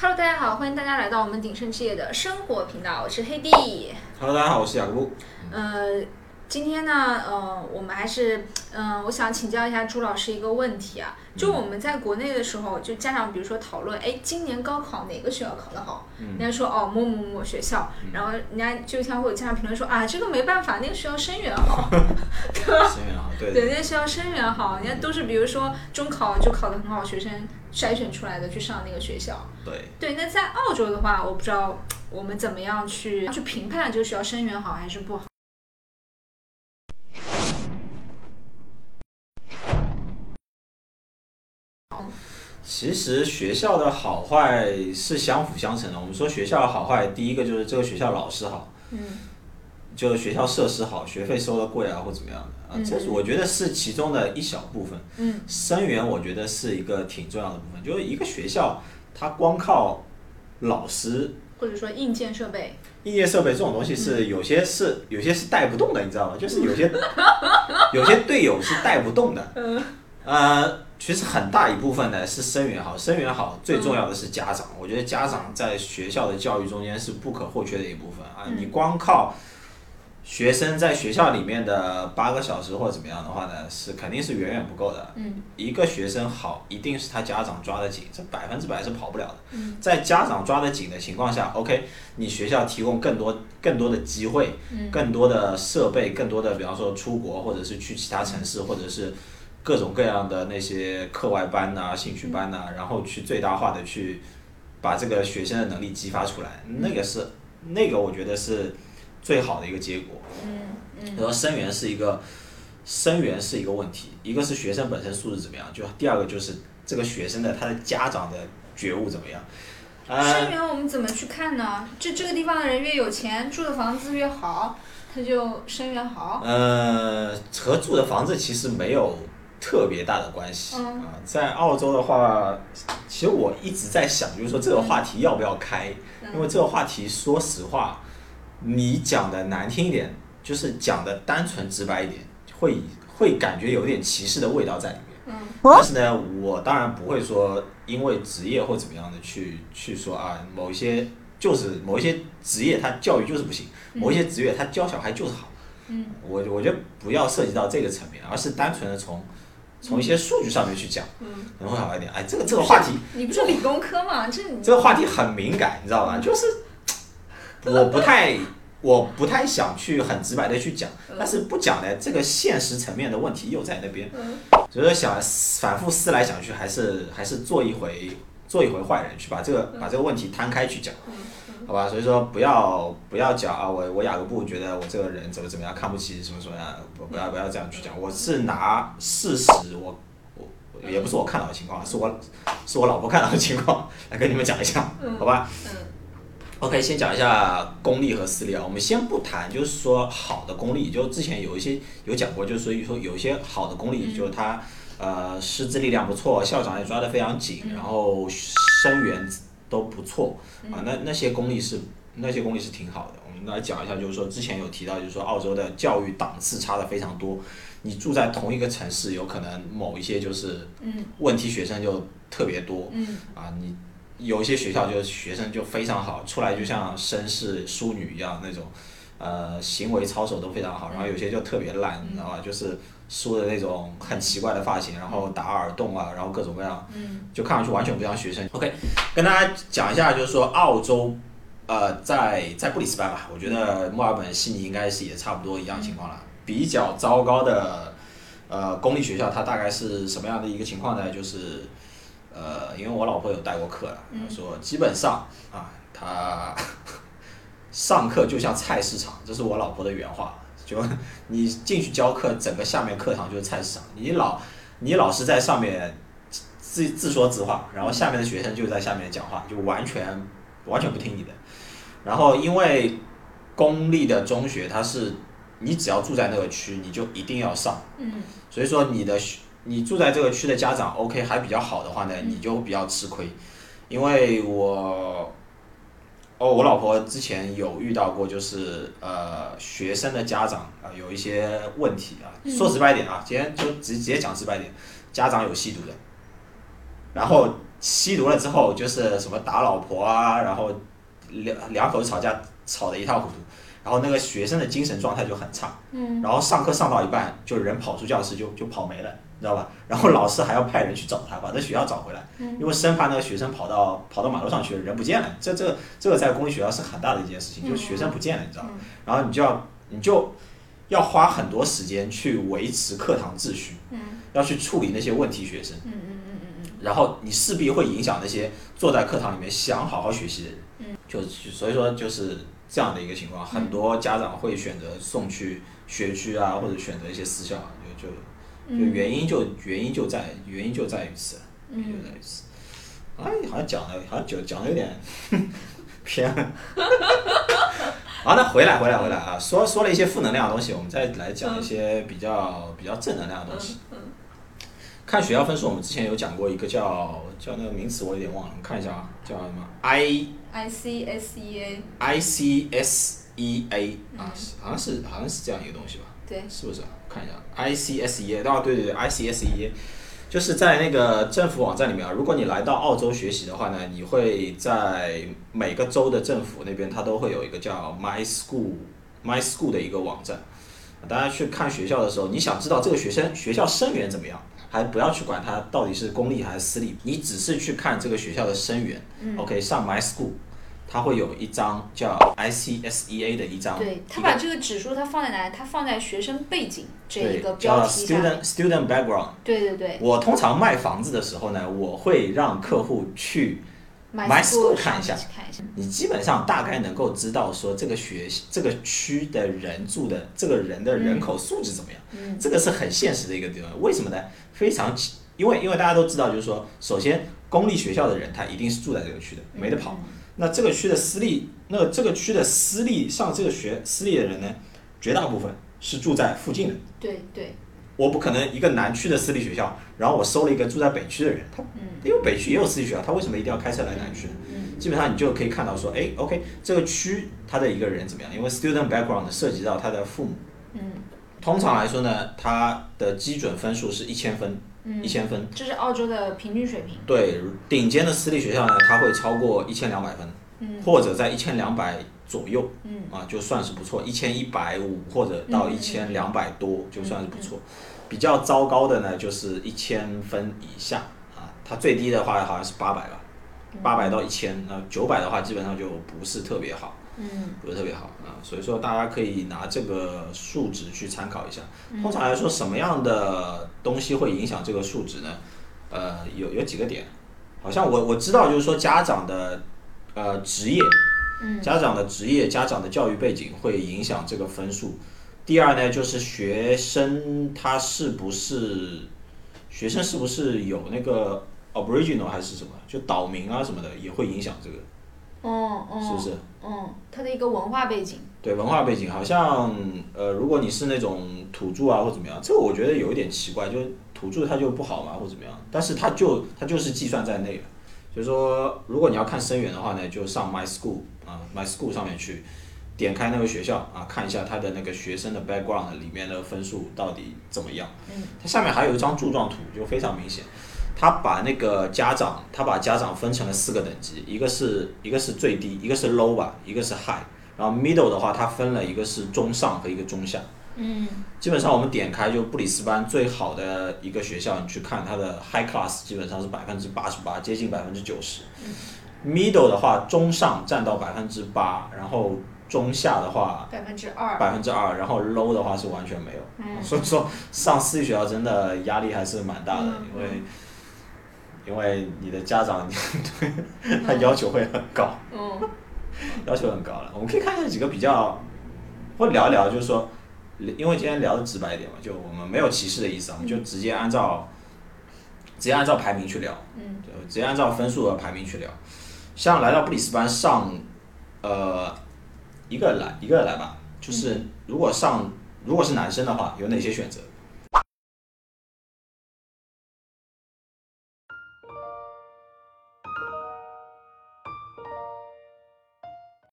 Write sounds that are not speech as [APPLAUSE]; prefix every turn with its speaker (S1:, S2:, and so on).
S1: Hello，大家好，欢迎大家来到我们鼎盛置业的生活频道，我是黑弟。
S2: Hello，大家好，我是雅各布。
S1: 呃，今天呢，呃，我们还是，嗯、我想请教一下朱老师一个问题啊，
S2: 嗯
S1: 就我们在国内的时候，就家长比如说讨论，哎，今年高考哪个学校考得好，人
S2: 嗯
S1: 家说哦某某某学校，然后人家就像会有家长评论说啊，这个没办法，那个学校生源好，
S2: 新源啊， [LAUGHS] 对
S1: 对，那个学校生源好，人家都是比如说中考就考得很好学生筛选出来的去上那个学校。
S2: 对，
S1: 对，那在澳洲的话，我不知道我们怎么样去去评判这个学校生源好还是不好。
S2: 其实学校的好坏是相辅相成的。我们说学校的好坏，第一个就是这个学校老师好，
S1: 嗯
S2: 就是学校设施好，学费收的贵啊，或怎么样的啊
S1: 嗯，
S2: 这是我觉得是其中的一小部分。
S1: 嗯
S2: 生源我觉得是一个挺重要的部分，就是一个学校它光靠老师。
S1: 或者说硬件设备，
S2: 硬件设备这种东西是
S1: 嗯
S2: 有些是有些是带不动的，你知道吗？就是有些 [LAUGHS] 有些队友是带不动的，
S1: 嗯
S2: 呃，其实很大一部分呢是生源好，生源好最重要的是家长。我觉得家长在学校的教育中间是不可或缺的一部分啊。
S1: 嗯
S2: 你光靠学生在学校里面的八个小时或者怎么样的话呢，是肯定是远远不够的。
S1: 嗯
S2: 一个学生好，一定是他家长抓得紧，这百分之百是跑不了的。
S1: 嗯
S2: 在家长抓得紧的情况下，OK，你学校提供更多更多的机会，
S1: 嗯
S2: 更多的设备，更多的比方说出国，或者是去其他城
S1: 嗯
S2: 市，或者是各种各样的那些课外班呐、兴趣
S1: 嗯
S2: 班呐、然后去最大化的去把这个学生的能力激发出来，
S1: 嗯
S2: 那个是那个我觉得是最好的一个结果。
S1: 嗯嗯
S2: 然后生源是一个生源是一个问题，一个是学生本身素质怎么样，就第二个就是这个学生的他的家长的觉悟怎么样。
S1: 生
S2: 呃，
S1: 源我们怎么去看呢？这这个地方的人越有钱，住的房子越好，他就生源好。嗯
S2: 呃，和住的房子其实没有特别大的关系啊、
S1: 嗯
S2: 在澳洲的话，其实我一直在想，就是说这个话题要不要开，因为
S1: 嗯
S2: 这个话题说实话，你讲的难听一点，就是讲的单纯直白一点，会会感觉有点歧视的味道在里面。
S1: 嗯
S2: 但是呢，我当然不会说因为职业或怎么样的去去说啊，某一些就是某一些职业它教育就是不行，某一些职业它教小孩就是好。
S1: 嗯
S2: 我我觉得不要涉及到这个层面，而是单纯的从从一些数据上面去讲，
S1: 嗯，
S2: 可能会好一点。哎，这个这个话题
S1: 你不是理工科吗？这你
S2: 这个话题很敏感，你知道吧？就是我不太我不太想去很直白的去讲，但是不讲呢，这个现实层面的问题又在那边。
S1: 嗯
S2: 所以说想反复思来想去，还是还是做一回做一回坏人，去把这个把这个问题摊开去讲，好吧？所以说不要不要讲啊，我我雅各布觉得我这个人怎么怎么样看不起什么什么样，不不要不要这样去讲，我是拿事实我。我我也不是我看到的情况，是我是我老婆看到的情况来跟你们讲一下，好吧？
S1: 嗯
S2: OK，先讲一下公立和私立啊。我们先不谈，就是说好的公立，就之前有一些有讲过，就是所以说有一些好的公
S1: 嗯
S2: 立，就是它呃师资力量不错，校长也抓得非常紧，
S1: 嗯
S2: 然后生源都不错啊。那那些公立是那些公立是挺好的。我们来讲一下，就是说之前有提到，就是说澳洲的教育档次差的非常多。你住在同一个城市，有可能某一些就是
S1: 嗯
S2: 问题学生就特别多，
S1: 嗯
S2: 啊，你有一些学校就是学生就非常好，出来就像绅士淑女一样那种，呃，行为操守都非常好，然后有些就特别烂，你知道吧？就是梳的那种很奇怪的发型，然后打耳洞啊，然后各种各样，
S1: 嗯
S2: 就看上去完全不像学生。OK，跟大家讲一下，就是说澳洲。呃，在在布里斯班吧，我觉得墨尔本、悉尼应该是也差不多一样情况了。比较糟糕的，呃，公立学校它大概是什么样的一个情况呢？就是呃，因为我老婆有带过课了，她说基本上啊，她 [LAUGHS] 上课就像菜市场，这是我老婆的原话。就你进去教课，整个下面课堂就是菜市场，你老你老师在上面自自说自话，然后下面的学生就在下面讲话，就完全完全不听你的。然后因为公立的中学，它是你只要住在那个区，你就一定要上。
S1: 嗯
S2: 所以说你的学你住在这个区的家长 OK 还比较好的话呢，
S1: 嗯
S2: 你就比较吃亏，因为我。哦，我老婆之前有遇到过，就是呃，学生的家长啊、有一些问题啊。
S1: 嗯
S2: 说直白点啊，今天就直直接讲直白点，家长有吸毒的，然后吸毒了之后，就是什么打老婆啊，然后两两口子吵架吵得一塌糊涂，然后那个学生的精神状态就很差，
S1: 嗯，
S2: 然后上课上到一半，就人跑出教室就就跑没了，你知道吧？然后老师还要派人去找他，把这学校找回来，因为生怕那个学生跑到跑到马路上去了，人不见了。这这这个在公立学校是很大的一件事情，就是学生不见了，你知道吧？然后你就要你就要花很多时间去维持课堂秩序，要去处理那些问题学生，然后你势必会影响那些坐在课堂里面想好好学习的人，就就所以说就是这样的一个情况，很多家长会选择送去学区啊，或者选择一些私校啊，就就就原因就原因就在原因就在于此，
S1: 嗯
S2: 原因就在于此。哎，好像讲的好像讲讲的有点偏了。好，那回来回来回来啊，说说了一些负能量的东西，我们再来讲一些比较比较正能量的东西。看学校分数，我们之前有讲过一个叫叫那个名词，我有点忘了，我看一下啊，叫什么 I
S1: I C S E A，
S2: I C S E A 啊，好像是好像是这样一个东西吧。
S1: 对，
S2: 是不是？看一下 I C S E A，哦，对对对，I C S E A，就是在那个政府网站里面啊。如果你来到澳洲学习的话呢，你会在每个州的政府那边，它都会有一个叫 My School My School 的一个网站。大家去看学校的时候，你想知道这个学生学校生源怎么样，还不要去管它到底是公立还是私立，你只是去看这个学校的生源。OK，
S1: 嗯
S2: 上 My School，它会有一张叫 I C S E A 的一张，
S1: 对他
S2: 一个
S1: 把这个指数它放在哪里？它放在学生背景这
S2: 对
S1: 一个标
S2: 叫
S1: 题下
S2: student
S1: 面。
S2: student background。
S1: 对对对
S2: 我通常卖房子的时候呢，我会让客户去，My
S1: ，My
S2: School
S1: 上
S2: 看一下
S1: 面去看一下。
S2: 你基本上大概能够知道说这个学这个区的人住的这个人的人口素质怎么样，
S1: 嗯
S2: 这个是很现实的一个地方。为什么呢？非常奇，因为因为大家都知道，就是说，首先公立学校的人他一定是住在这个区的，没得跑。
S1: 嗯
S2: 那这个区的私立，那这个区的私立上这个学私立的人呢，绝大部分是住在附近的。
S1: 对对，
S2: 我不可能一个南区的私立学校，然后我收了一个住在北区的人，他因为北区也有私立学校，他为什么一定要开车来南区呢？基本上你就可以看到说，哎，OK，这个区他的一个人怎么样？因为 student background 涉及到他的父母，
S1: 嗯，
S2: 通常来说呢，他的基准分数是一千分，一千分。
S1: 这是澳洲的平均水平。
S2: 对，顶尖的私立学校呢，它会超过一千两百分，或者在一千两百左右，
S1: 嗯
S2: 啊，就算是不错，一千一百五或者到
S1: 嗯嗯
S2: 一
S1: 嗯
S2: 千两百多，就算是不错。比较糟糕的呢，就是一千分以下啊，它最低的话好像是八百吧，
S1: 嗯
S2: 八百到一千，那九百的话基本上就不是特别好。
S1: 嗯
S2: 不是特别好啊，所以说大家可以拿这个数值去参考一下。通常来说，什么样的东西会影响这个数值呢？呃，有有几个点，好像我我知道，就是说家长的呃职业，
S1: 嗯
S2: 家长的职业、家长的教育背景会影响这个分数。第二呢，就是学生他是不是学生是不是有那个 original 还是什么，就岛民啊什么的也会影响这个，
S1: 哦哦，
S2: 是不是？
S1: 嗯，它的一个文化背景。
S2: 对文化背景，好像呃，如果你是那种土著啊或怎么样，这个我觉得有一点奇怪，就是土著他就不好嘛或怎么样，但是他就他就是计算在内了。所以说，如果你要看生源的话呢，就上 My School 啊，My School 上面去点开那个学校啊，看一下他的那个学生的 background 里面的分数到底怎么样。
S1: 嗯，
S2: 它下面还有一张柱状图，就非常明显。他把那个家长，他把家长分成了四个等级，一个是一个是最低，一个是 low 吧，一个是 high，然后 middle 的话，它分了一个是中上和一个中下。
S1: 嗯
S2: 基本上我们点开就布里斯班最好的一个学校，你去看它的 high class 基本上是百分之八十八，接近百分之九十。middle 的话，中上占到百分之八，然后中下的话，
S1: 百分之二。
S2: 百分之二，然后 low 的话是完全没有。
S1: 嗯
S2: 所以说上私立学校真的压力还是蛮大的，
S1: 嗯
S2: 因为因为你的家长 [LAUGHS] 对他要求会很高，
S1: 嗯
S2: [LAUGHS] 要求很高了。我们可以看一下几个比较，或聊一聊，就是说，因为今天聊的直白一点嘛，就我们没有歧视的意思啊，我们就直接按照直接按照排名去聊。
S1: 嗯
S2: 对，直接按照分数的排名去聊。像来到布里斯班上，呃，一个来一个来吧，就是如果上如果是男生的话，有哪些选择？